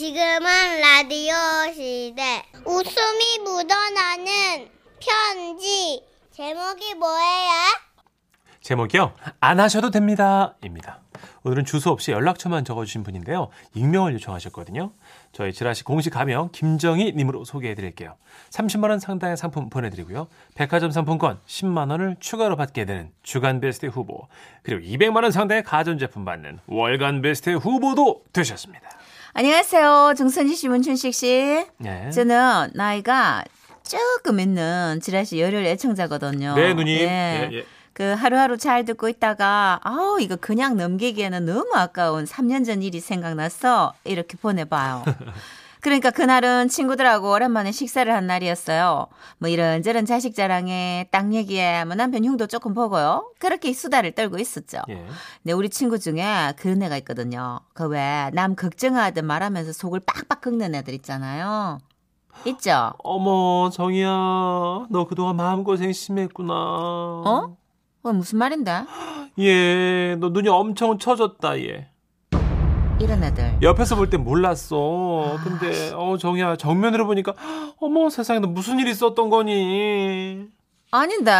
지금은 라디오 시대. 웃음이 묻어나는 편지. 제목이 뭐예요? 제목이요. 안 하셔도 됩니다.입니다. 오늘은 주소 없이 연락처만 적어주신 분인데요. 익명을 요청하셨거든요. 저희 지라시 공식 가명 김정희님으로 소개해드릴게요. 30만 원 상당의 상품 보내드리고요. 백화점 상품권 10만 원을 추가로 받게 되는 주간 베스트 후보 그리고 200만 원 상당의 가전제품 받는 월간 베스트 후보도 되셨습니다. 안녕하세요. 정선희 씨, 문춘식 씨. 네. 저는 나이가 조금 있는 지라시 열혈 애청자거든요. 네, 누님. 예. 예, 예. 그 하루하루 잘 듣고 있다가 아우 이거 그냥 넘기기에는 너무 아까운 3년 전 일이 생각나서 이렇게 보내봐요. 그러니까 그날은 친구들하고 오랜만에 식사를 한 날이었어요. 뭐 이런저런 자식 자랑에 땅 얘기에 뭐 남편 흉도 조금 보고요. 그렇게 수다를 떨고 있었죠. 예. 네, 우리 친구 중에 그런 애가 있거든요. 그 왜 남 걱정하듯 말하면서 속을 빡빡 긁는 애들 있잖아요. 있죠? 어머 정희야 너 그동안 마음고생 심했구나. 어? 어, 무슨 말인데? 예, 너 눈이 엄청 처졌다, 얘. 이런 애들. 옆에서 볼 땐 몰랐어. 근데, 어, 정이야, 정면으로 보니까, 어머, 세상에 너 무슨 일이 있었던 거니? 아닌데?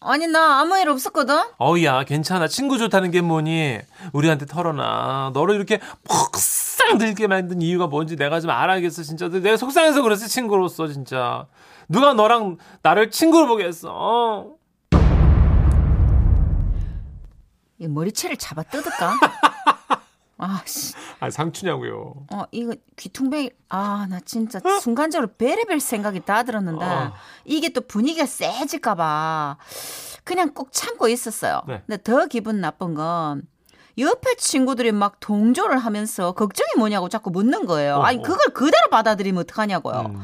아니, 나 아무 일 없었거든? 어이야, 괜찮아. 친구 좋다는 게 뭐니? 우리한테 털어놔. 너를 이렇게 폭삭 들게 만든 이유가 뭔지 내가 좀 알아야겠어, 진짜. 내가 속상해서 그랬어, 친구로서, 진짜. 누가 너랑 나를 친구로 보겠어, 어? 이 머리채를 잡아 뜯을까? 아, 씨. 아, 상추냐고요. 어, 이거 귀퉁뱅이. 아, 나 진짜 순간적으로 베레벨 생각이 다 들었는데. 어. 이게 또 분위기가 세질까봐. 그냥 꼭 참고 있었어요. 네. 근데 더 기분 나쁜 건 옆에 친구들이 막 동조를 하면서 걱정이 뭐냐고 자꾸 묻는 거예요. 어, 아니, 어. 그걸 그대로 받아들이면 어떡하냐고요. 음.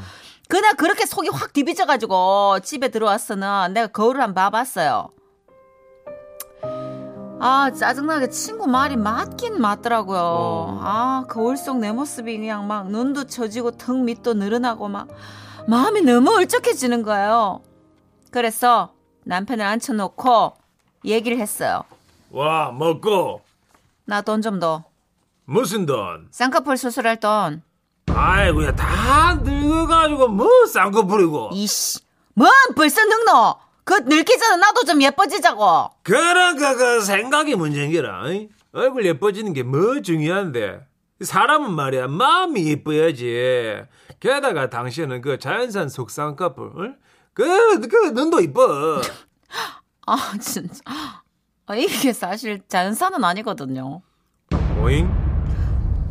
그날 그렇게 속이 확 뒤비져가지고 집에 들어왔으는 내가 거울을 한 번 봐봤어요. 아 짜증나게 친구 말이 맞긴 맞더라고요. 어. 아 거울 속 내 모습이 그냥 막 눈도 처지고 턱 밑도 늘어나고 막 마음이 너무 울적해지는 거예요. 그래서 남편을 앉혀놓고 얘기를 했어요. 와, 먹고, 나 돈 좀 더. 무슨 돈? 쌍꺼풀 수술할 돈. 아이고야 다 늙어가지고 뭐 쌍꺼풀이고 이씨. 뭔 벌써 늙노? 그 늙기 전에 나도 좀 예뻐지자고. 그런 거 그 생각이 문제인기라 어이? 얼굴 예뻐지는 게 뭐 중요한데 사람은 말이야 마음이 예뻐야지 게다가 당신은 그 자연산 속쌍꺼풀 그, 그 눈도 이뻐 아 진짜 아, 이게 사실 자연산은 아니거든요. 오잉?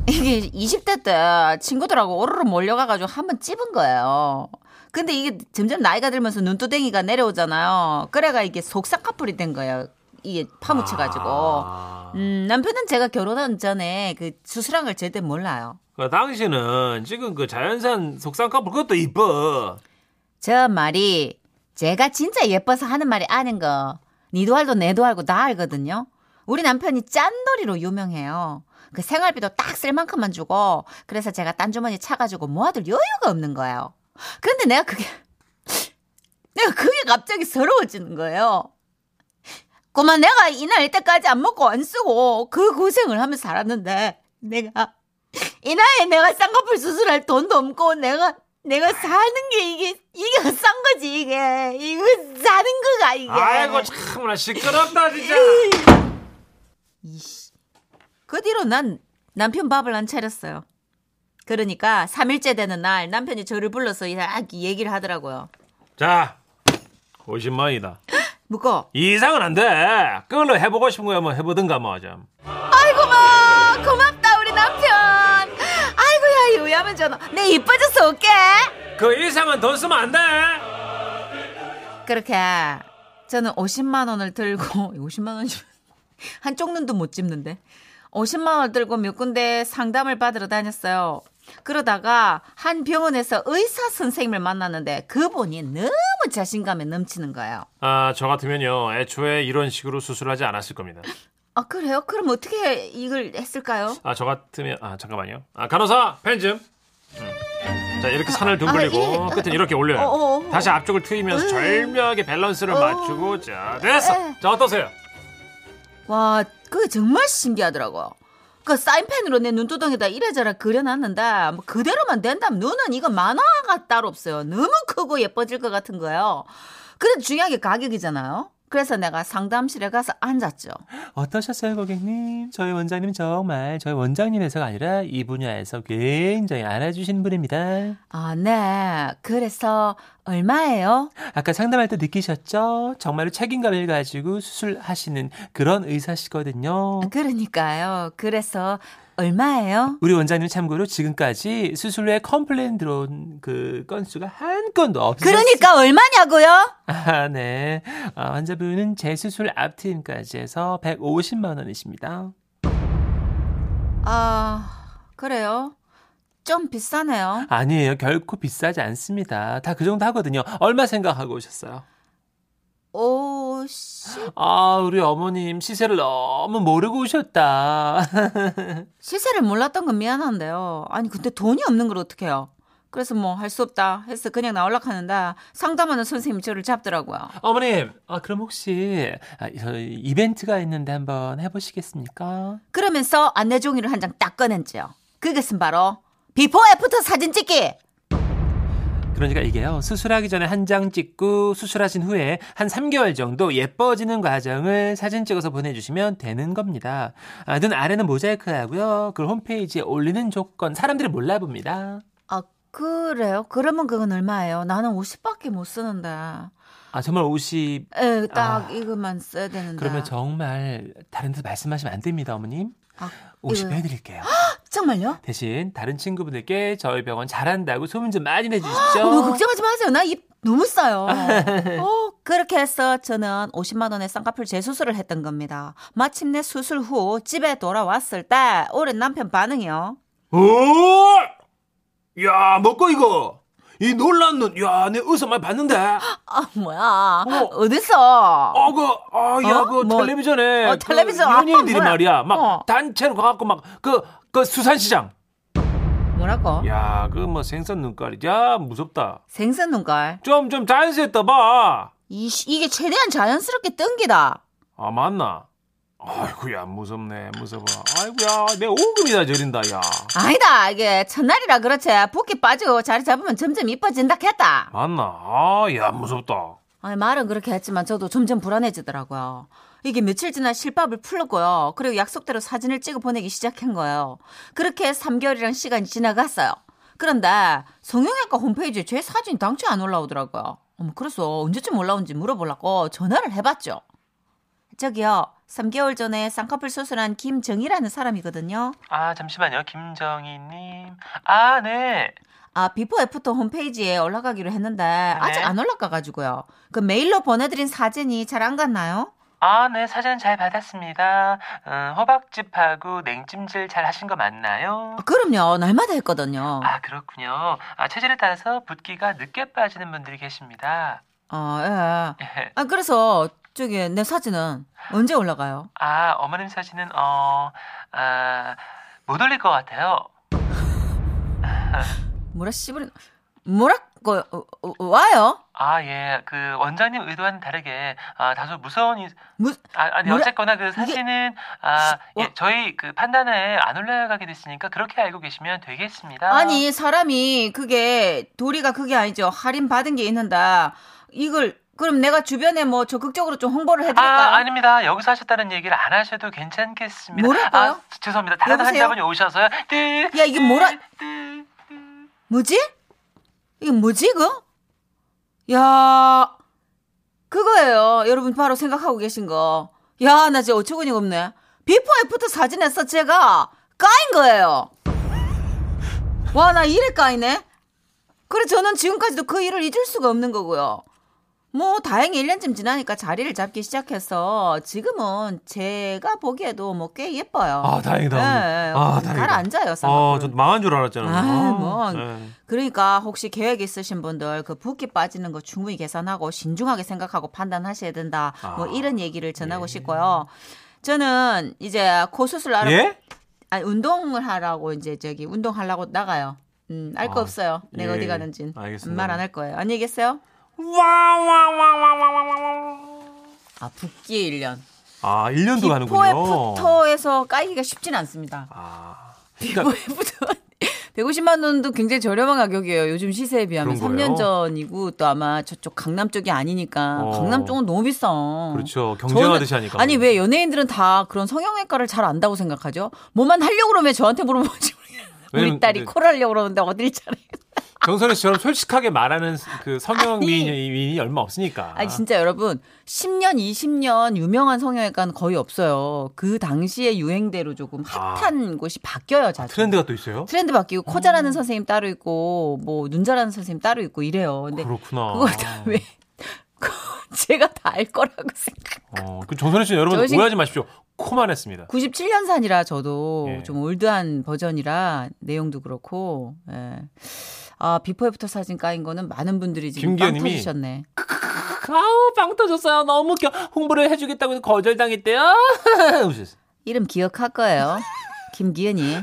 이게 20대 때 친구들하고 오르르 몰려가가지고 한 번 찝은 거예요. 근데 이게 점점 나이가 들면서 눈두덩이가 내려오잖아요. 그래가 이게 속쌍꺼풀이 된 거예요. 이게 파묻혀가지고. 아. 음, 남편은 제가 결혼한 전에 그 수술한 걸 제대로 몰라요. 그 당신은 지금 그 자연산 속쌍꺼풀 그것도 이뻐 저 말이 제가 진짜 예뻐서 하는 말이 아닌 거. 니도 알고 내도 알고 다 알거든요. 우리 남편이 짠돌이로 유명해요. 그 생활비도 딱 쓸 만큼만 주고 그래서 제가 딴 주머니 차가지고 모아둘 여유가 없는 거예요. 그런데 내가 그게 내가 그게 갑자기 서러워지는 거예요. 꼬마 내가 이 나이 때까지 안 먹고 안 쓰고 그 고생을 하며 살았는데 내가 이 나이에 내가 쌍꺼풀 수술할 돈도 없고 내가 내가 사는 게 이게 이게 싼 거지 이게 이거 사는 거가 이게 아이고 참나 시끄럽다 진짜 이씨. 그 뒤로 난 남편 밥을 안 차렸어요. 그러니까 3일째 되는 날 남편이 저를 불러서 이- 얘기를 하더라고요. 자 50만이다 묻고 이 이상은 안 돼. 그걸로 해보고 싶은 거야, 뭐 해보든가 뭐 하자. 아이고마 고맙다 우리 남편 아이고야 이 우야면 전화 내 이뻐져서 올게 그 이상은 돈 쓰면 안 돼. 그렇게 저는 50만 원을 들고 50만 원이면 한쪽 눈도 못 찝는데 50만 원을 들고 몇 군데 상담을 받으러 다녔어요 그러다가 한 병원에서 의사 선생님을 만났는데 그분이 너무 자신감에 넘치는 거예요 아, 저 같으면요, 애초에 이런 식으로 수술하지 않았을 겁니다. 아 그래요? 그럼 어떻게 이걸 했을까요? 아, 저 같으면, 아, 잠깐만요. 아, 간호사, 펜 좀. 음. 자, 이렇게 산을 둥글리고, 아, 예. 끝은 이렇게 올려요. 어, 어, 음. 어. 다시 앞쪽을 트이면서 절묘하게 밸런스를 맞추고, 자, 됐어. 에. 자, 어떠세요? 와, 그게 정말 신기하더라고요. 그 사인펜으로 내 눈두덩이다 이래저래 그려놨는데 뭐 그대로만 된다면 눈은 이거 만화가 따로 없어요. 너무 크고 예뻐질 것 같은 거예요. 그래도 중요한 게 가격이잖아요. 그래서 내가 상담실에 가서 앉았죠. 어떠셨어요, 고객님? 저희 원장님 정말 저희 원장님 회사가 아니라 이 분야에서 굉장히 알아주신 분입니다. 아, 네. 그래서 얼마예요? 아까 상담할 때 느끼셨죠? 정말로 책임감을 가지고 수술하시는 그런 의사시거든요. 아, 그러니까요. 그래서 얼마예요? 우리 원장님 참고로 지금까지 수술 후에 컴플레인 들어온 그 건수가 한 건도 없었어요. 그러니까 얼마냐고요? 아, 네. 아, 환자분은 재수술 앞트임까지 해서 150만 원이십니다. 아, 그래요. 좀 비싸네요. 아니에요. 결코 비싸지 않습니다. 다 그 정도 하거든요. 얼마 생각하고 오셨어요? 오, 시, 아, 우리 어머님 시세를 너무 모르고 오셨다. 시세를 몰랐던 건 미안한데요. 아니, 근데 돈이 없는 걸 어떡해요? 그래서 뭐 할 수 없다 해서 그냥 나올락 하는데 상담하는 선생님이 저를 잡더라고요. 어머님, 아, 그럼 혹시 아, 저희 이벤트가 있는데 한번 해보시겠습니까? 그러면서 안내 종이를 한 장 딱 꺼낸지요. 그것은 바로 비포 애프터 사진 찍기. 그러니까 이게요. 수술하기 전에 한 장 찍고 수술하신 후에 한 3개월 정도 예뻐지는 과정을 사진 찍어서 보내주시면 되는 겁니다. 아, 눈 아래는 모자이크 하고요. 그걸 홈페이지에 올리는 조건 사람들이 몰라봅니다. 아 그래요? 그러면 그건 얼마예요? 나는 50밖에 못 쓰는데. 아 정말 50 에, 딱 아, 이것만 써야 되는데. 그러면 정말 다른 데서 말씀하시면 안 됩니다, 어머님. 아, 50 이거요? 해드릴게요. 정말요? 대신 다른 친구분들께 저희 병원 잘한다고 소문 좀 많이 너무 내주시죠. 걱정하지 마세요. 나 입 너무 싸요. 어, 그렇게 해서 저는 50만 원의 쌍꺼풀 재수술을 했던 겁니다. 마침내 수술 후 집에 돌아왔을 때 오랜 남편 반응이요. 오! 야, 먹고 이거. 이 놀란 눈. 야, 내 의사 많이 봤는데. 아 뭐야? 어머. 어. 디서 어, 그, 아, 야, 어? 그, 뭐, 텔레비전에. 어, 텔레비전. 그 아, 연예인들이 뭐야. 말이야. 막, 어. 단체로 가갖고 막, 그, 그 수산시장. 뭐라고? 야, 그 뭐 생선 눈깔이. 야, 무섭다. 생선 눈깔. 좀, 좀 자연스럽다, 봐. 이, 이게 최대한 자연스럽게 뜬기다. 아, 맞나? 아이고야, 무섭네, 무서워. 아이고야, 내 오금이나 저린다, 야. 아니다 이게 첫날이라 그렇지 붓기 빠지고 자리 잡으면 점점 이뻐진다 했다. 맞나? 아, 야, 무섭다. 아니, 말은 그렇게 했지만 저도 점점 불안해지더라고요. 이게 며칠 지나 실밥을 풀고요. 그리고 약속대로 사진을 찍어 보내기 시작한 거예요. 그렇게 3개월이란 시간이 지나갔어요. 그런데 성형외과 홈페이지에 제 사진이 당최 안 올라오더라고요. 어머, 그래서 언제쯤 올라온지 물어보려고 전화를 해봤죠. 저기요, 3개월 전에 쌍꺼풀 수술한 김정희라는 사람이거든요. 아, 잠시만요, 김정희님. 아, 네. 아, 비포 애프터 홈페이지에 올라가기로 했는데 아직 안 올라가가지고요. 그 메일로 보내드린 사진이 잘 안 갔나요? 아, 네, 사진 잘 받았습니다. 어, 호박즙하고 냉찜질 잘 하신 거 맞나요? 아, 그럼요. 날마다 했거든요. 아 그렇군요. 아 체질에 따라서 붓기가 늦게 빠지는 분들이 계십니다. 어, 예. 아, 그래서 저기 내 사진은 언제 올라가요? 아 어머님 사진은 어아못 올릴 것 같아요. 뭐라 씨부린 뭐라고 어, 어, 와요? 아 예 그 원장님 의도와는 다르게 아 다소 무서운 이, 무, 아, 아니 뭐라- 어쨌거나 그 사진은 아 어? 예, 저희 그 판단에 안 올라가게 됐으니까 그렇게 알고 계시면 되겠습니다. 아니 사람이 그게 도리가 그게 아니죠. 할인 받은 게 있는데 이걸 그럼 내가 주변에 뭐 적극적으로 좀 홍보를 해드릴까요? 아, 아닙니다. 여기서 하셨다는 얘기를 안 하셔도 괜찮겠습니다. 뭐라고요? 아, 죄송합니다. 다른 여보세요? 환자분이 오셔서요. 네. 띠, 야, 이게 뭐라- 띠, 띠. 뭐지? 이게 뭐지 이거? 야 그거예요. 여러분 바로 생각하고 계신 거. 야 나 진짜 어처구니가 없네. 비포 애프터 사진에서 제가 까인 거예요. 와 나 이래 까이네. 그래 저는 지금까지도 그 일을 잊을 수가 없는 거고요. 뭐 다행히 1년쯤 지나니까 자리를 잡기 시작해서 지금은 제가 보기에도 뭐 꽤 예뻐요. 아, 다행이다. 예, 예. 아, 다행이다. 가라앉아요. 아, 쌍꺼풀. 저 망한 줄 알았잖아요. 아이, 아, 뭐. 네. 그러니까 혹시 계획 있으신 분들 그 붓기 빠지는 거 충분히 계산하고 신중하게 생각하고 판단하셔야 된다. 뭐 아, 이런 얘기를 전하고 예. 싶고요. 저는 이제 코 수술 하러 예? 아니 운동을 하라고 이제 저기 운동하려고 나가요. 음, 알 거 아, 없어요. 내가 예, 어디 예. 가는진 음, 알겠습니다. 말 안 할 거예요. 안녕히 계세요. 와와와와와와와. 아, 붓기 1년. 아, 1년도 비포에 가는군요. 부터에서 까이기가 쉽진 않습니다. 아, 비포에 부터 150만 뭐 원도 굉장히 저렴한 가격이에요. 요즘 시세에 비하면 그런 3년 거예요? 전이고 또 아마 저쪽 강남 쪽이 아니니까 어. 강남 쪽은 너무 비싸. 그렇죠. 경쟁하듯이 저는- 하니까. 아니 왜 연예인들은 다 그런 성형외과를 잘 안다고 생각하죠? 뭐만 하려고 그러면 왜 저한테 물어보지 우리 왜냐면 딸이 근데- 코를 하려고 그러는데 어딜 잘해? 정선혜 씨처럼 솔직하게 말하는 그 성형 아니. 미인이 미인이 얼마 없으니까. 아니 진짜 여러분 10년 20년 유명한 성형외과는 거의 없어요. 그 당시의 유행대로 조금 아. 핫한 곳이 바뀌어요 자주. 트렌드가 또 있어요? 트렌드 바뀌고 코 음. 잘하는 선생님 따로 있고 뭐 눈 잘하는 선생님 따로 있고 이래요. 근데 그렇구나. 네. 그걸 다왜 그 제가 다 알 거라고 생각. 어, 그 정선혜 씨는 여러분 저 신- 어. 오해하지 마십시오. 코만 했습니다. 97년산이라 저도 예. 좀 올드한 버전이라 내용도 그렇고. 예. 아 비포 애프터 사진 까인 거는 많은 분들이 지금 빵 김기현님이 터지셨네. 아우 빵 터졌어요. 너무 웃겨. 홍보를 해주겠다고 해서 거절당했대요. 웃으셨어요. 이름 기억할 거예요. 김기현이.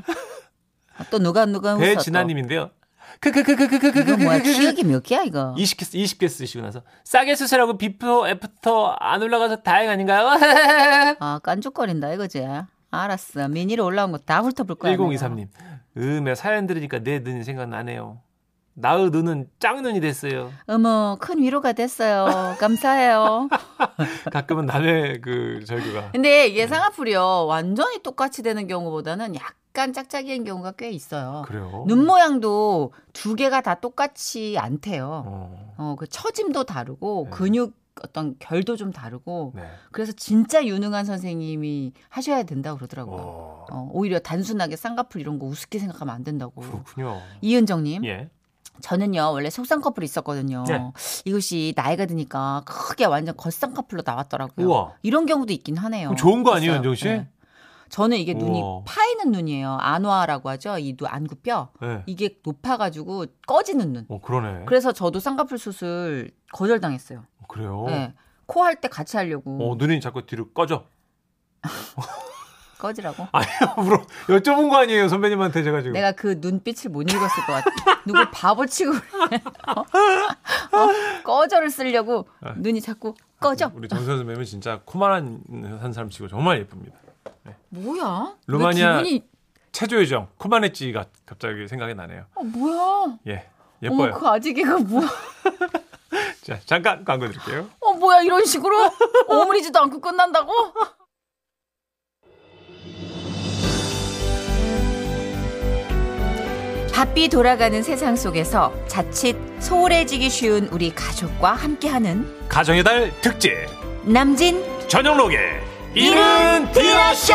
아, 또 누가 누가 웃어. 배진아님인데요. 크크크크크크크크크. 이거 뭐야 기억이 몇 개야 이거. 20개, 20개 쓰시고 나서 싸게 쓰시라고 비포 애프터 안 올라가서 다행 아닌가요? 아 깐죽거린다 이거지. 알았어. 미니로 올라온 거 다 훑어볼 거야. 내가. 1023님 음에 사연 들으니까 내 눈이 생각나네요. 나의 눈은 짱 눈이 됐어요. 어머 큰 위로가 됐어요. 감사해요. 가끔은 남의 그 절규가 근데 이게 네. 쌍꺼풀이요 완전히 똑같이 되는 경우보다는 약간 짝짝이인 경우가 꽤 있어요. 그래요. 눈 모양도 두 개가 다 똑같이 않대요. 어, 어 그 처짐도 다르고 네. 근육 어떤 결도 좀 다르고 네. 그래서 진짜 유능한 선생님이 하셔야 된다고 그러더라고요. 어, 어, 오히려 단순하게 쌍꺼풀 이런 거 우습게 생각하면 안 된다고. 그렇군요. 이은정님, 예. 저는요 원래 속쌍꺼풀이 있었거든요. 네. 이것이 나이가 드니까 크게 완전 겉쌍꺼풀로 나왔더라고요. 우와. 이런 경우도 있긴 하네요. 그럼 좋은 거 아니에요, 있어요. 은정 씨? 네. 저는 이게 눈이 우와. 파이는 눈이에요. 안화라고 하죠. 이 눈 안구뼈 예. 이게 높아가지고 꺼지는 눈. 어, 그러네. 그래서 저도 쌍꺼풀 수술 거절당했어요. 어, 그래요. 네. 코 할 때 같이 하려고 어, 눈이 자꾸 뒤로 꺼져. 꺼지라고. 아니요, 물어. 여쭤본 거 아니에요, 선배님한테 제가 지금. 내가 그 눈빛을 못 읽었을 것 같아. 누굴 바보 치고 그래. 어? 꺼져를 쓰려고 아. 눈이 자꾸 꺼져. 우리 정선 선배님은 진짜 코만한 한 사람 치고 정말 예쁩니다. 뭐야? 왜 루마니아- 기분이 최조혜정, 코만했지가 갑자기 생각이 나네요. 어, 뭐야? 예. 어머 예뻐요. 그 아직 이거 뭐야? 자, 잠깐 광고 드릴게요. 어 뭐야 이런 식으로 오므리지도 않고 끝난다고? 바삐 돌아가는 세상 속에서 자칫 소홀해지기 쉬운 우리 가족과 함께하는 가정의 달 특집 남진 저녁록에 이는 디라쇼.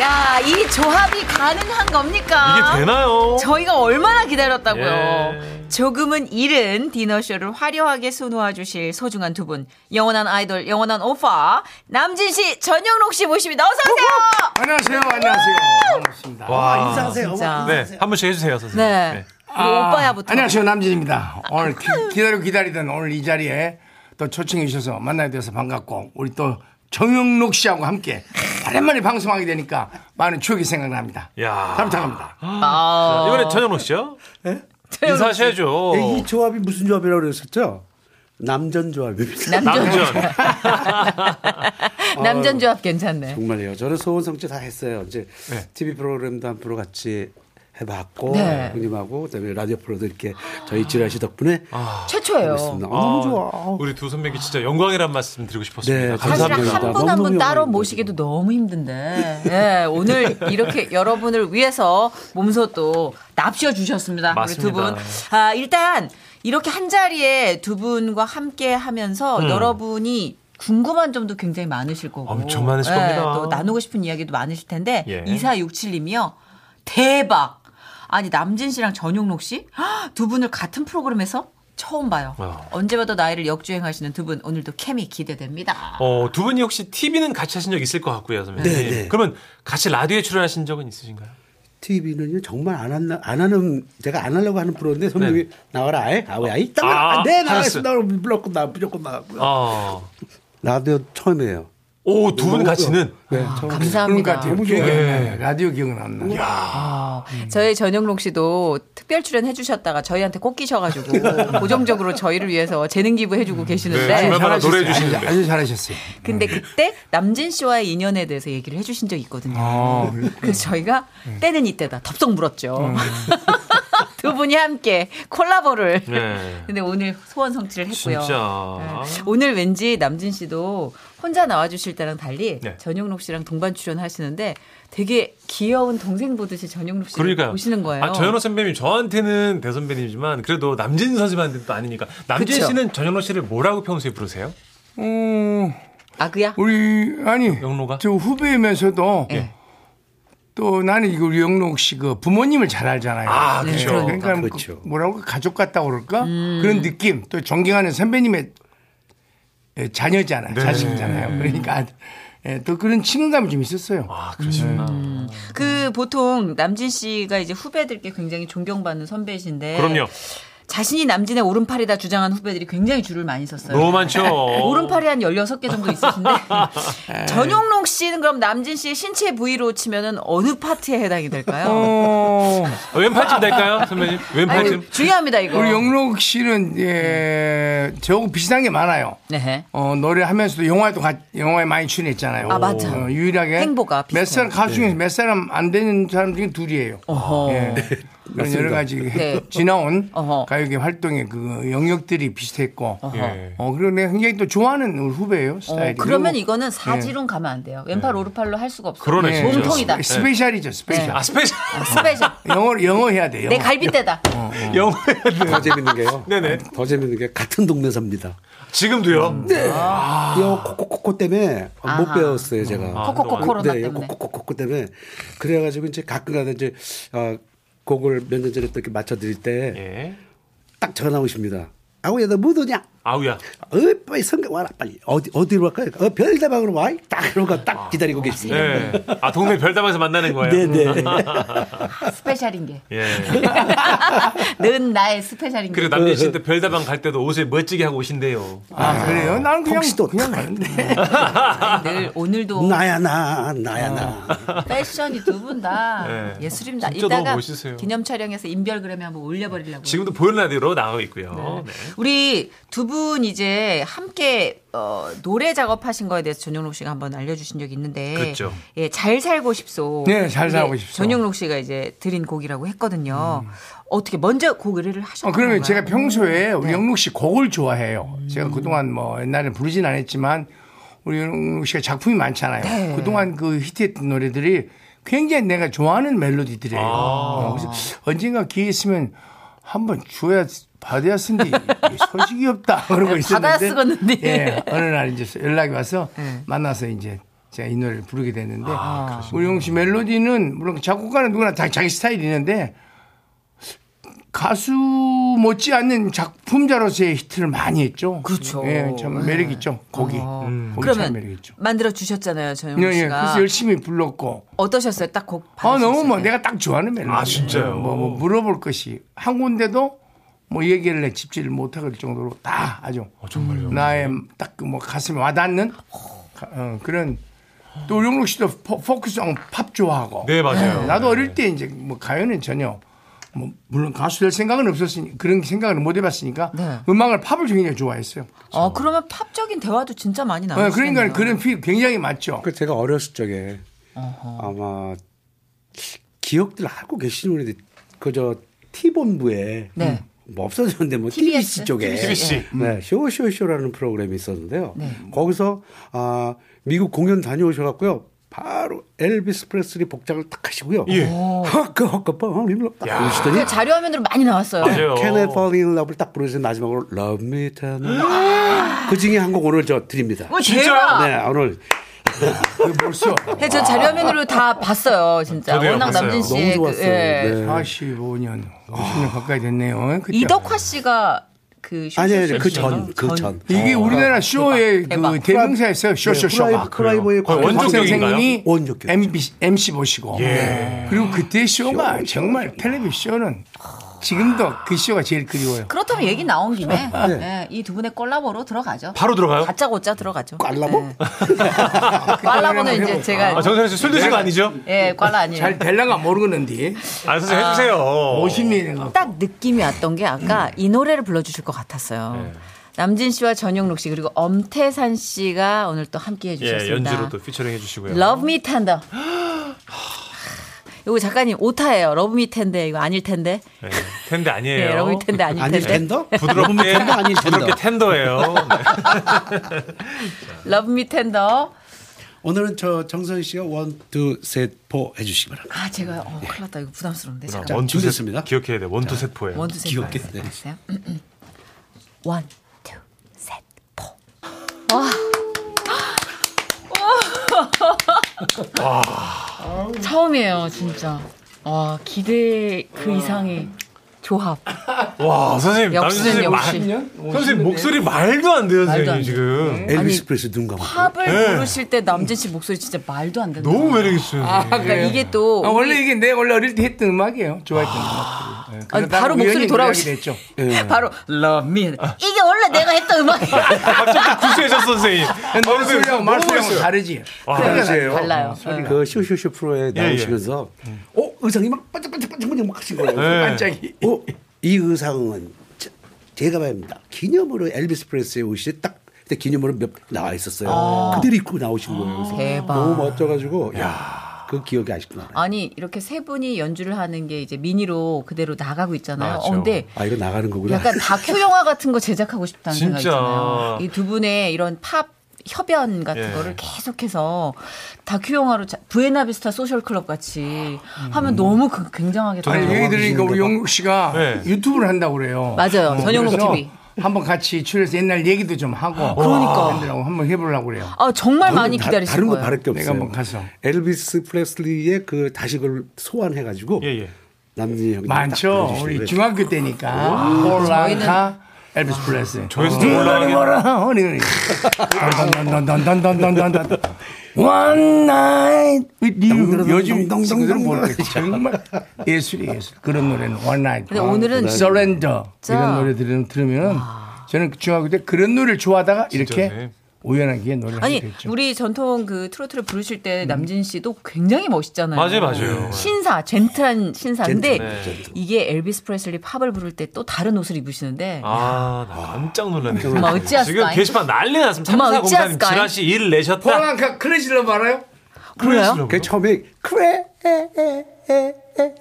야, 이 조합이 가능한 겁니까? 이게 되나요? 저희가 얼마나 기다렸다고요. 어? 예. 조금은 이른 디너쇼를 화려하게 수놓아 주실 소중한 두 분. 영원한 아이돌, 영원한 오빠. 남진 씨, 전영록 씨 모십니다. 어서오세요! 안녕하세요. 안녕하세요. 반갑습니다. 와, 아, 와, 아, 인사하세요. 진짜. 어머, 네, 인사하세요. 한 분씩 해주세요, 선생님. 네. 우리 오빠야부터. 아, 안녕하세요. 남진입니다. 오늘 기, 기다려 기다리던 오늘 이 자리에 또 초청해 주셔서 만나게 돼서 반갑고 우리 또 정영록 씨하고 함께 오랜만에 방송하게 되니까 많은 추억이 생각납니다. 야. 감사합니다. 아, 자, 이번에 전현호 씨요? 네? 인사하셔야죠. 예, 이 조합이 무슨 조합이라고 그랬었죠? 남전 조합입니다. 남전. 남전 조합 괜찮네. 정말요. 저는 소원성취 다 했어요. 이제 네. TV 프로그램도 한 프로 같이 해봤고 네. 형님하고 그다음에 라디오 프로도 이렇게 저희 지라 씨 덕분에 아. 최초예요. 했습니다. 너무 좋아. 어, 우리 두 선배님 진짜 영광이란 말씀 드리고 싶었습니다. 네, 사실 감사합니다. 한 분 한 분 너무너무 따로 영광입니다. 모시기도 너무 힘든데 예, 오늘 이렇게 여러분을 위해서 몸소 또 납셔 주셨습니다. 우리 두 맞습니다. 분. 아, 일단 이렇게 한 자리에 두 분과 함께 하면서 음. 여러분이 궁금한 점도 굉장히 많으실 거고 예, 엄청 많으실 아, 겁니다. 또 나누고 싶은 이야기도 많으실 텐데 예. 2467님이요. 대박. 아니 남진 씨랑 전용록 씨 두 분을 같은 프로그램에서 처음 봐요. 어. 언제 봐도 나이를 역주행하시는 두 분 오늘도 케미 기대됩니다. 어, 두 분이 혹시 TV는 같이 하신 적 있을 것 같고요, 선배님. 네, 네. 그러면 같이 라디오에 출연하신 적은 있으신가요? TV는요 정말 안, 한, 안 하는 제가 안 하려고 하는 프로인데 선배님이 나와라 아예 아우 야이 딱 네. 아, 아, 네 알았어요. 나가겠습니다. 무조건 나 무조건 나고요. 어. 라디오 처음이에요. 오, 두 분 같이는 네, 아, 저- 그러니까 감사합니다. 예. 되게 기억이 안 나요. 라디오 기억은 안 나요. 아, 저희 전영록 씨도 특별 출연해 주셨다가 저희한테 꼭 끼셔가지고 고정적으로 저희를 위해서 재능 기부해주고 계시는데 네, 중요한- 잘하셨어요. 노래해 주시는데. 아주, 아주 잘하셨어요. 근데 그때 남진 씨와의 인연에 대해서 얘기를 해주신 적이 있거든요. 어. 아, 그래서 저희가 때는 이때다 덥석 물었죠. 두 분이 함께 콜라보를. 네. 근데 오늘 소원 성취를 했고요. 진짜. 네. 오늘 왠지 남진 씨도 혼자 나와주실 때랑 달리 네. 전영록 씨랑 동반 출연하시는데 되게 귀여운 동생 보듯이 전영록 씨를 그러니까 보시는 거예요. 아, 전현호 선배님 저한테는 대선배님이지만 그래도 남진 선수한테는 또 아니니까 남진 그쵸. 씨는 전현호 씨를 뭐라고 평소에 부르세요? 음, 아그야? 우리 아니 영로가? 저 후배이면서도 예. 또 나는 이거 우리 영록 씨 그 부모님을 잘 알잖아요. 아, 예, 그쵸. 음. 그러니까 뭐 그쵸. 그 뭐라고 가족 같다고 그럴까? 그런 느낌. 또 존경하는 선배님의 예, 자녀잖아요. 네. 자식이잖아요. 그러니까 예, 또 그런 친근감이 좀 있었어요. 아, 그러시구나. 그 보통 남진 씨가 이제 후배들께 굉장히 존경받는 선배이신데 그럼요. 자신이 남진의 오른팔이다 주장한 후배들이 굉장히 줄을 많이 섰어요. 너무 많죠. 오른팔이 한 16개 정도 있으신데 네. 전용록 씨는 그럼 남진 씨의 신체 부위로 치면은 어느 파트에 해당이 될까요? 어, 아, 왼팔쯤 될까요, 선배님? 아니, 왼팔쯤? 중요합니다 이거. 우리 영록 씨는 예, 저하고 비슷한 게 많아요. 네. 어, 노래하면서도 영화에도 가- 영화에 많이 출연했잖아요. 아, 맞아. 어, 유일하게 행보가 비슷해요. 몇 사람 가수 중에 몇 사람 안 되는 사람 중에 둘이에요. 어허. 예. 그런 여러 가지 네. 지나온 어허. 가요계 활동의 그 영역들이 비슷했고, 어, 예. 그리고 내가 굉장히 또 좋아하는 우리 후배예요 어, 스타일이. 그러면 그리고 이거는 사지론 가면 안 돼요. 왼팔 오른팔로 할 수가 없어요. 예. 그러네, 예. 진짜. 몸통이다. 스페셜이죠, 스페셜. 아, 스페셜. 스페셜. 영어 영어 해야 돼. 영어. 내 갈비뼈다. 예. 영어. 더 재밌는 게요. 네네. 더 재밌는 게 같은 동네 삽니다. 지금도요. 네. 여 코코코코 때문에 아, 못 배웠어요 제가. 아, 코코코 한동안. 코로나 네, 요 때문에. 코코코코 때문에 그래가지고 이제 가끔가다 이제 아, 곡을 몇 년 전에 또 이렇게 맞춰 드릴 때 딱 예. 전화 오십니다. 아우 얘 너 못 오냐? 아우야. 어 빨리 성경 와라 빨리 어디 어디로 갈까요? 어 별다방으로 와. 딱 그러고 딱 기다리고 계십니다. 네. 아, 동네 별다방에서 만나는 거예요. 음. 네네. 스페셜인 게. 예. 는 나의 스페셜인 게. 그리고 남진 씨한테 별다방 갈 때도 옷을 멋지게 하고 오신대요. 아 그래요? 나는 그냥 혹시도 그냥 가는데. 늘 오늘도 나야 나 나야 아. 나. 패션이 두 분 다 네. 예술입니다. 진짜 이따가 너무 멋있으세요. 기념 촬영해서 인별그램에 한번 올려버리려고. 지금도 보이는 라디오로 나가고 있고요. 네. 우리 두 분 이제 함께 어, 노래 작업하신 거에 대해서 전영록 씨가 한번 알려주신 적이 있는데, 그렇죠. 예, 잘 살고 싶소. 네, 잘 살고 이게 싶소. 음. 전영록 씨가 이제 드린 곡이라고 했거든요. 어떻게 먼저 곡 의뢰를 하셨나요? 네. 어, 그러면 제가 평소에 우리 영록 씨 곡을 좋아해요. 제가 그동안 뭐 옛날에 부르진 않았지만 우리 영록 씨가 작품이 많잖아요. 네. 그동안 그 히트했던 노래들이 굉장히 내가 좋아하는 멜로디들이에요. 어, 그래서 언젠가 기회 있으면 한번 줘야 받아야 쓴디 소식이 없다 그러고 있었는데 네, 받아야 네. 쓰겠는데. 예, 어느 날 이제 연락이 와서 만나서 이제 제가 이 노래를 부르게 됐는데 아, 우리 영록 씨 멜로디는 물론 작곡가는 누구나 다 자기 스타일이 있는데 가수 못지않는 작품자로서의 히트를 많이 했죠. 그렇죠. 네. 아. 예, 참 매력 있죠. 거기. 음. 음, 거기 참 매력 어. 그러면 있죠. 만들어 주셨잖아요, 예, 전영록 예. 씨가. 그래서 열심히 불렀고. 어떠셨어요? 딱 곡 아, 받으셨을 너무 뭐 때? 내가 딱 좋아하는 멜로디. 아, 진짜요? 뭐, 뭐 물어볼 것이 한 군데도 뭐 얘기를 내 집지를 못 할 정도로 다 아주 어, 정말요? 나의 딱 그 뭐 가슴에 와닿는 가- 어, 그런 또 용록 씨도 포- 포크송 팝 좋아하고. 네, 맞아요. 네, 나도 어릴 때 이제 뭐 가요는 전혀 뭐 물론 가수 될 생각은 없었으니 그런 생각을 못 해봤으니까 네. 음악을 팝을 굉장히 좋아했어요. 어, 그러면 팝적인 대화도 진짜 많이 어, 나왔어요. 그러니까 그런 필 굉장히 맞죠. 그 제가 어렸을 적에 아마 기억들 하고 계신 우리 그저 T본부에 네. 뭐 없어졌는데 뭐 TBS? TBC 쪽에 TBC. 네, 쇼쇼쇼라는 프로그램이 있었는데요. 거기서 아, 미국 공연 다녀오셔 갖고요. 바로 엘비스 프레슬리 복장을 딱 하시고요. 예. 허크 허크 뻥림로 딱 오시더니 자료화면으로 많이 나왔어요. 맞아요. 네. Can I fall in love를 딱 부르면서 마지막으로 Love me tender. 그 중에 한 곡 오늘 저 드립니다. 어, 진짜요? 대박. 네, 오늘 그 벌써 네, 저 자료화면으로 다 봤어요, 진짜. 저도요, 워낙 봤어요. 남진 씨의 너무 그, 좋았어요. 네. 아, 45년, 50년 가까이 됐네요. 그때. 이덕화 씨가 그 아니 아니 쇼쇼쇼 그 씨였나? 전 그 전. 이게 우리나라 쇼의 어, 대박, 네. 그 대박. 대명사였어요. 쇼쇼쇼가. 크라이버의 아, 그래요? 광고. 원조 원조격인가요? 선생님이 원조격이죠. MBC, MC 보시고. 그리고 그때 쇼가 정말 텔레비전은 지금도 그 쇼가 제일 그리워요. 그렇다면 얘기 나온 김에 예, 네. 이 두 분의 콜라보로 들어가죠. 바로 들어가요? 가짜고짜 들어가죠. 꽈라보? 네. 꽈라보는 이제 제가 아, 정선혜 씨술 드신 거 아니죠? 예, 꽈라 아니에요. 잘 될랑가 모르겠는데 아, 선생님 해주세요. 오십미는 거. 딱 느낌이 왔던 게 음. 아까 이 노래를 불러주실 것 같았어요. 네. 남진 씨와 전영록 씨 그리고 엄태산 씨가 오늘 또 함께 해주셨습니다. 예, 연주로 또 피처링 해주시고요. Love Me Tender. 이거 작가님 오타예요. Love Me Tender 이거 아닐 텐데. 예, 텐데 아니에요. 네, Love Me Tender 아닐 아니 텐데. 텐더? 네. 부드럽게 텐더 아니 텐더. 부드럽게 텐더예요. 네. Love Me Tender. 오늘은 저 정선 씨가 원두셋포 해주시기 바랍니다. 아 제가 어 큰일 났다 이거 부담스러운데. 잠깐만. 원투 준비됐습니다. 셋 네. 기억해야 돼. 원투 셋 포예요. 원투 셋. 귀엽게. 포 네. 알았어요? 원, 투, 셋, 포. 와. 처음이에요, 진짜. 와, 기대 그 이상의 조합. 와, 선생님 남준 선생님 역시는 말- 역시. 어, 선생님 목소리 말도 안 돼요, 말도 안 선생님 네. 지금. 엘비스 프레스 눈 감고. 팝을 네. 부르실 때 남진 씨 목소리 진짜 말도 안 된다. 너무 매력 있어요. 선생님. 그러니까 이게 또 아, 원래 이게 내 원래 어릴 때 했던 음악이에요. 좋아했던 음악들이. 예, 아니, 그러다가 바로 우연히 목소리 우리 돌아오시- 하게 됐죠. 바로 Love Me. 이게 원래 내가 했던 음악이야. 갑자기 구수해졌어, 선생님. 근데 어, 선생님, 목소리하고 너무 말소리하고 멋있어요. 다르지. 그러니까 아, 어, 소리가 그러세요? 다르지. 달라요. 네. 그 쇼쇼쇼 네. 프로에 예. 나오시면서 어 의상이 막 반짝반짝반짝반짝 막 하신 거예요. 네. 반짝이. 어, 이 의상은 제- 제가 봐입니다. 기념으로 엘비스 프레스의 옷이 딱 그때 기념으로 몇 나와 있었어요. 아. 그대로 입고 나오신 거예요. 그래서 대박. 너무 멋져가지고 네. 야, 그 기억이 아직도 나요. 아니 이렇게 세 분이 연주를 하는 게 이제 미니로 그대로 나가고 있잖아요. 맞죠. 어, 근데 아 이거 나가는 거구나. 약간 다큐 영화 같은 거 제작하고 싶다는 생각이 진짜. 있잖아요. 이 두 분의 이런 팝 협연 같은 예. 거를 계속해서 다큐 영화로 자- 부에나비스타 소셜 클럽 같이 하면 너무 그- 굉장하겠다. 아니 얘기 들으니까 우리 영국 씨가 네. 유튜브를 한다고 그래요. 맞아요. 전용록 그래서 TV. 한번 같이 출연해서 옛날 얘기도 좀 하고. 그러니까. 팬들하고 한번 해보려고 그래요. 아 정말 많이 다- 기다리실 다른 거 거예요. 바랄 게 없어요. 내가 한번 가서. 엘비스 프레슬리의 그 다시 그걸 소환해가지고 예, 예. 남진이 형이 딱 많죠. 불러주시는 우리 거예요. 중학교 아, 때니까. 폴란카 엘비스 프레스. 저희에서 좀 올라가긴- 던던던던던던던던던. One night with you. 요즘 친구들은 모르겠지. 정말 예술이 예술. 그런 노래는 One night. 아, 근데 오늘은 Surrender 진짜. 이런 노래 들으면 들으면 저는 중학교 때 그런 노래를 좋아하다가 이렇게 진짜네. 우연하게 노래를 하게 아니 됐죠. 우리 전통 그 트로트를 부르실 때 남진 씨도 굉장히 멋있잖아요. 맞아요, 맞아요. 신사 젠틀한 신사인데 음. 젠틀, 네. 이게 엘비스 프레슬리 팝을 부를 때 또 다른 옷을 입으시는데 아, 나 깜짝 놀랐네. 엄마 어찌할 지금 수가 게시판 난리 났습니다. 엄마 삼사공사님 어찌할 수가 지라시 일을 내셨다. 폴란카 크레이지 러브 알아요? 그래요? 그 처음에 그래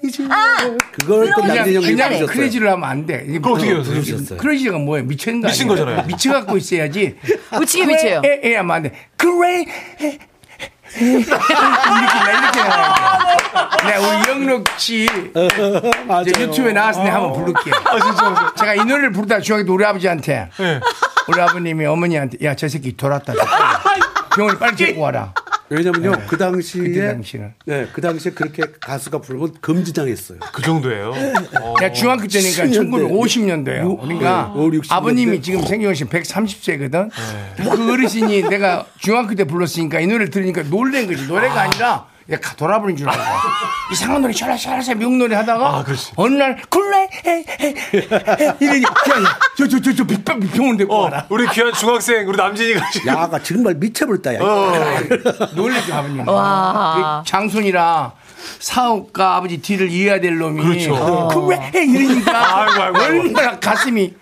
이제 아! 그걸 또 그냥, 남진이 형이 그냥 해주셨어요. 크레이지를 하면 안 돼. 이게 그거 어떻게 해요, 선생님? 해주셨어요. 크레이지가 뭐예요? 미친 거 미친 아니에요? 거잖아요. 미쳐갖고 있어야지. 아, 우치게 미쳐요. 네. 에, 에, 하면 안 돼. 그레이. 에, 에, 에. 이렇게 나 이렇게 나. 네, 우리 영록 씨 어, 맞아요. 이제 유튜브에 나왔으니 한번 부를게요. 아, 제가 이 노래를 부르다 중학교 때 우리 아버지한테 네. 우리 아버님이 어머니한테 야 저 새끼 돌았다. 병원에 빨리 데리고 와라. 왜냐면요 그 당시에 그때 당시는. 네, 그 당시에 그렇게 가수가 부르면 금지당했어요. 그 정도예요. 어. 내가 중학교 때니까 10년대. 1950년대예요. 요- 그러니까 네, 5, 60년대. 아버님이 지금 생겨오신 130세거든. 그 어르신이 내가 중학교 때 불렀으니까 이 노래를 들으니까 놀란 거지. 노래가 아니라 야, 가- 돌아버린 줄 알고 이상한 노래 샬라샬라샬 미국 노래 하다가 아, 그렇지. 어느 날 쿨레 이러니까 저저저저 병원 데리고 어, 와라. 우리 귀한 중학생 우리 남진이가 지금 야가 정말 미쳐버렸다. 야. 놀랬죠 아버님. 와. 그 장손이라 사업가 아버지 뒤를 이어야 될 놈이 그렇죠. 어. 그왜 이러니까 아이고, 아이고, 아이고. 얼마나 가슴이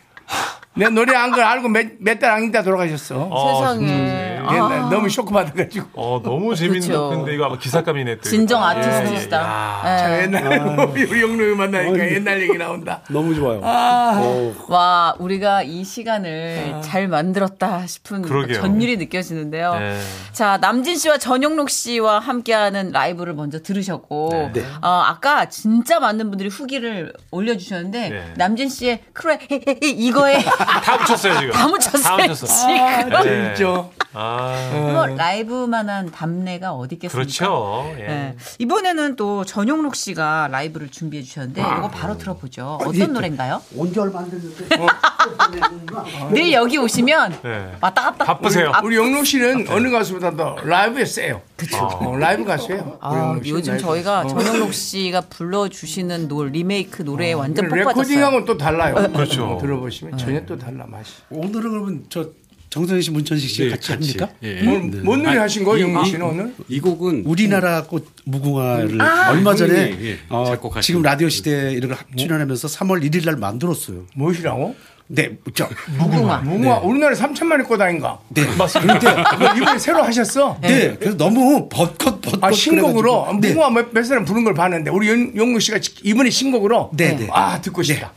내 노래 한 걸 알고 몇 달 안 있다 돌아가셨어. 세상에. 진짜. 예, 나 너무 쇼크 받아가지고 어, 너무 재밌는 그렇죠. 근데 이거 예, 아마 기사감이 냈대. 아, 진정 야. 네. 아티스트시다. 네. 자, 옛날에 어. 우리 영롱이 만나니까 옛날 얘기 나온다. 너무 좋아요. 어. 오, 와, 우리가 이 아. 시간을 잘 만들었다 싶은 그러게요. 전율이 느껴지는데요. 네. 자, 남진 씨와 전영록 씨와 함께하는 라이브를 먼저 들으셨고, 네. 네. 어, 아까 진짜 많은 분들이 후기를 올려주셨는데, 네. 남진 씨의 크레, 이거에 다 붙였어요 지금. 다 묻혔어요. 다 묻혔어. 지금. 재밌죠. 아, 아, 뭐 라이브만한 답례가 어디 있겠습니까? 그렇죠. 예. 네. 이번에는 또 전용록 씨가 라이브를 준비해 주셨는데 아, 이거 네. 바로 들어보죠. 어떤 노래인가요? 온지 얼마 안 됐는데. 아, 늘 여기 오시면 어. 네. 왔다 갔다 바쁘세요. 아, 우리 영록 씨는 어느 가수보다도 라이브에 세요. 그쵸. 어, 라이브 가수예요. 우리 아, 영록 씨는 요즘 라이브 저희가 가수. 전용록 씨가 불러주시는 노 리메이크 어. 노래에 완전 복 빠졌어요. 아, 네. 레코딩하고는 또 달라요. 그렇죠. 들어보시면 전혀 또 달라 맛이. 오늘은 그러면 저 정선희 씨, 문천식 씨 네, 같이 예, 합니까? 네. 오늘 뭔 노래 하신 거예요, 영록 씨는 오늘? 이 곡은 우리나라 꽃 무궁화를 얼마 전에 예, 예. 어, 작곡하신 지금 라디오 시대에 이런 걸 출연하면서 3월 1일 날 만들었어요. 무엇이라고? 네, 저, 무궁화. 무궁화 우리나라에 3천만의 꼬다인가? 네. 그런데, 그거 이번에 새로 하셨어? 네, 그래서 너무 벚꽃, 벚꽃. 아 신곡으로 그래가지고. 네. 무궁화 몇, 몇 사람 부른 걸 봤는데 우리 영, 영국 씨가 지- 이번에 신곡으로 네, 네. 아 듣고 싶다.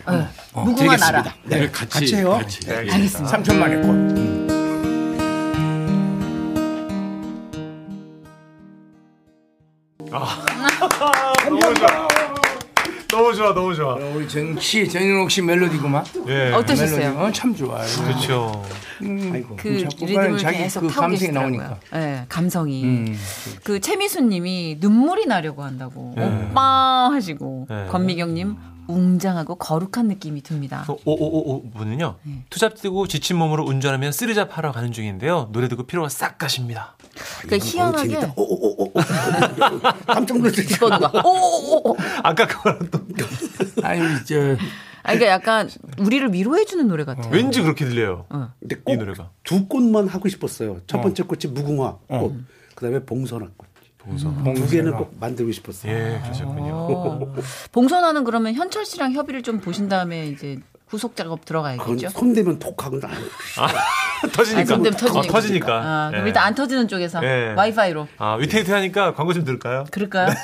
무궁화 나라. 네, 같이, 같이 해요. 같이. 예. 3천만의 꽃. 너무 좋아, 너무 좋아. 우리 정씨 전영록 씨 멜로디구만. 예. 어떠셨어요? 멜로디가 참 좋아요. 그렇죠. 그 작곡가는 리듬을 자기 계속 그 타고 감성이 계시더라고요. 나오니까. 예, 감성이. 그 최미수님이 눈물이 나려고 한다고 오빠 하시고 네. 권미경님 웅장하고 거룩한 느낌이 어, 듭니다. 오오오오 분은요 투잡 뛰고 지친 몸으로 운전하면 쓰리잡 하러 가는 중인데요 노래 듣고 피로가 싹 가십니다. 그 희한하게 깜짝 놀랐어요. 오오오오. 아까 그거랑 또 아니 저 아 그러니까 약간 우리를 위로해주는 노래 같아요. 왠지 그렇게 들려요. 근데 이 꼭 노래가. 두 꽃만 하고 싶었어요. 첫 번째 꽃이 무궁화 꽃, 그다음에 봉선화 꽃. 봉선. 두 개는 꼭 만들고 싶었어요. 예, 그러셨군요. 어. 봉선화는 그러면 현철 씨랑 협의를 좀 보신 다음에 이제 후속 작업 그건 들어가야겠죠. 손대면 톡하고 나. 터지니까. 아, 손 대면 어, 터지니까. 아, 예. 그럼 일단 안 터지는 쪽에서 예. 와이파이로 아, 위태위태하니까 광고 좀 들을까요? 그럴까요?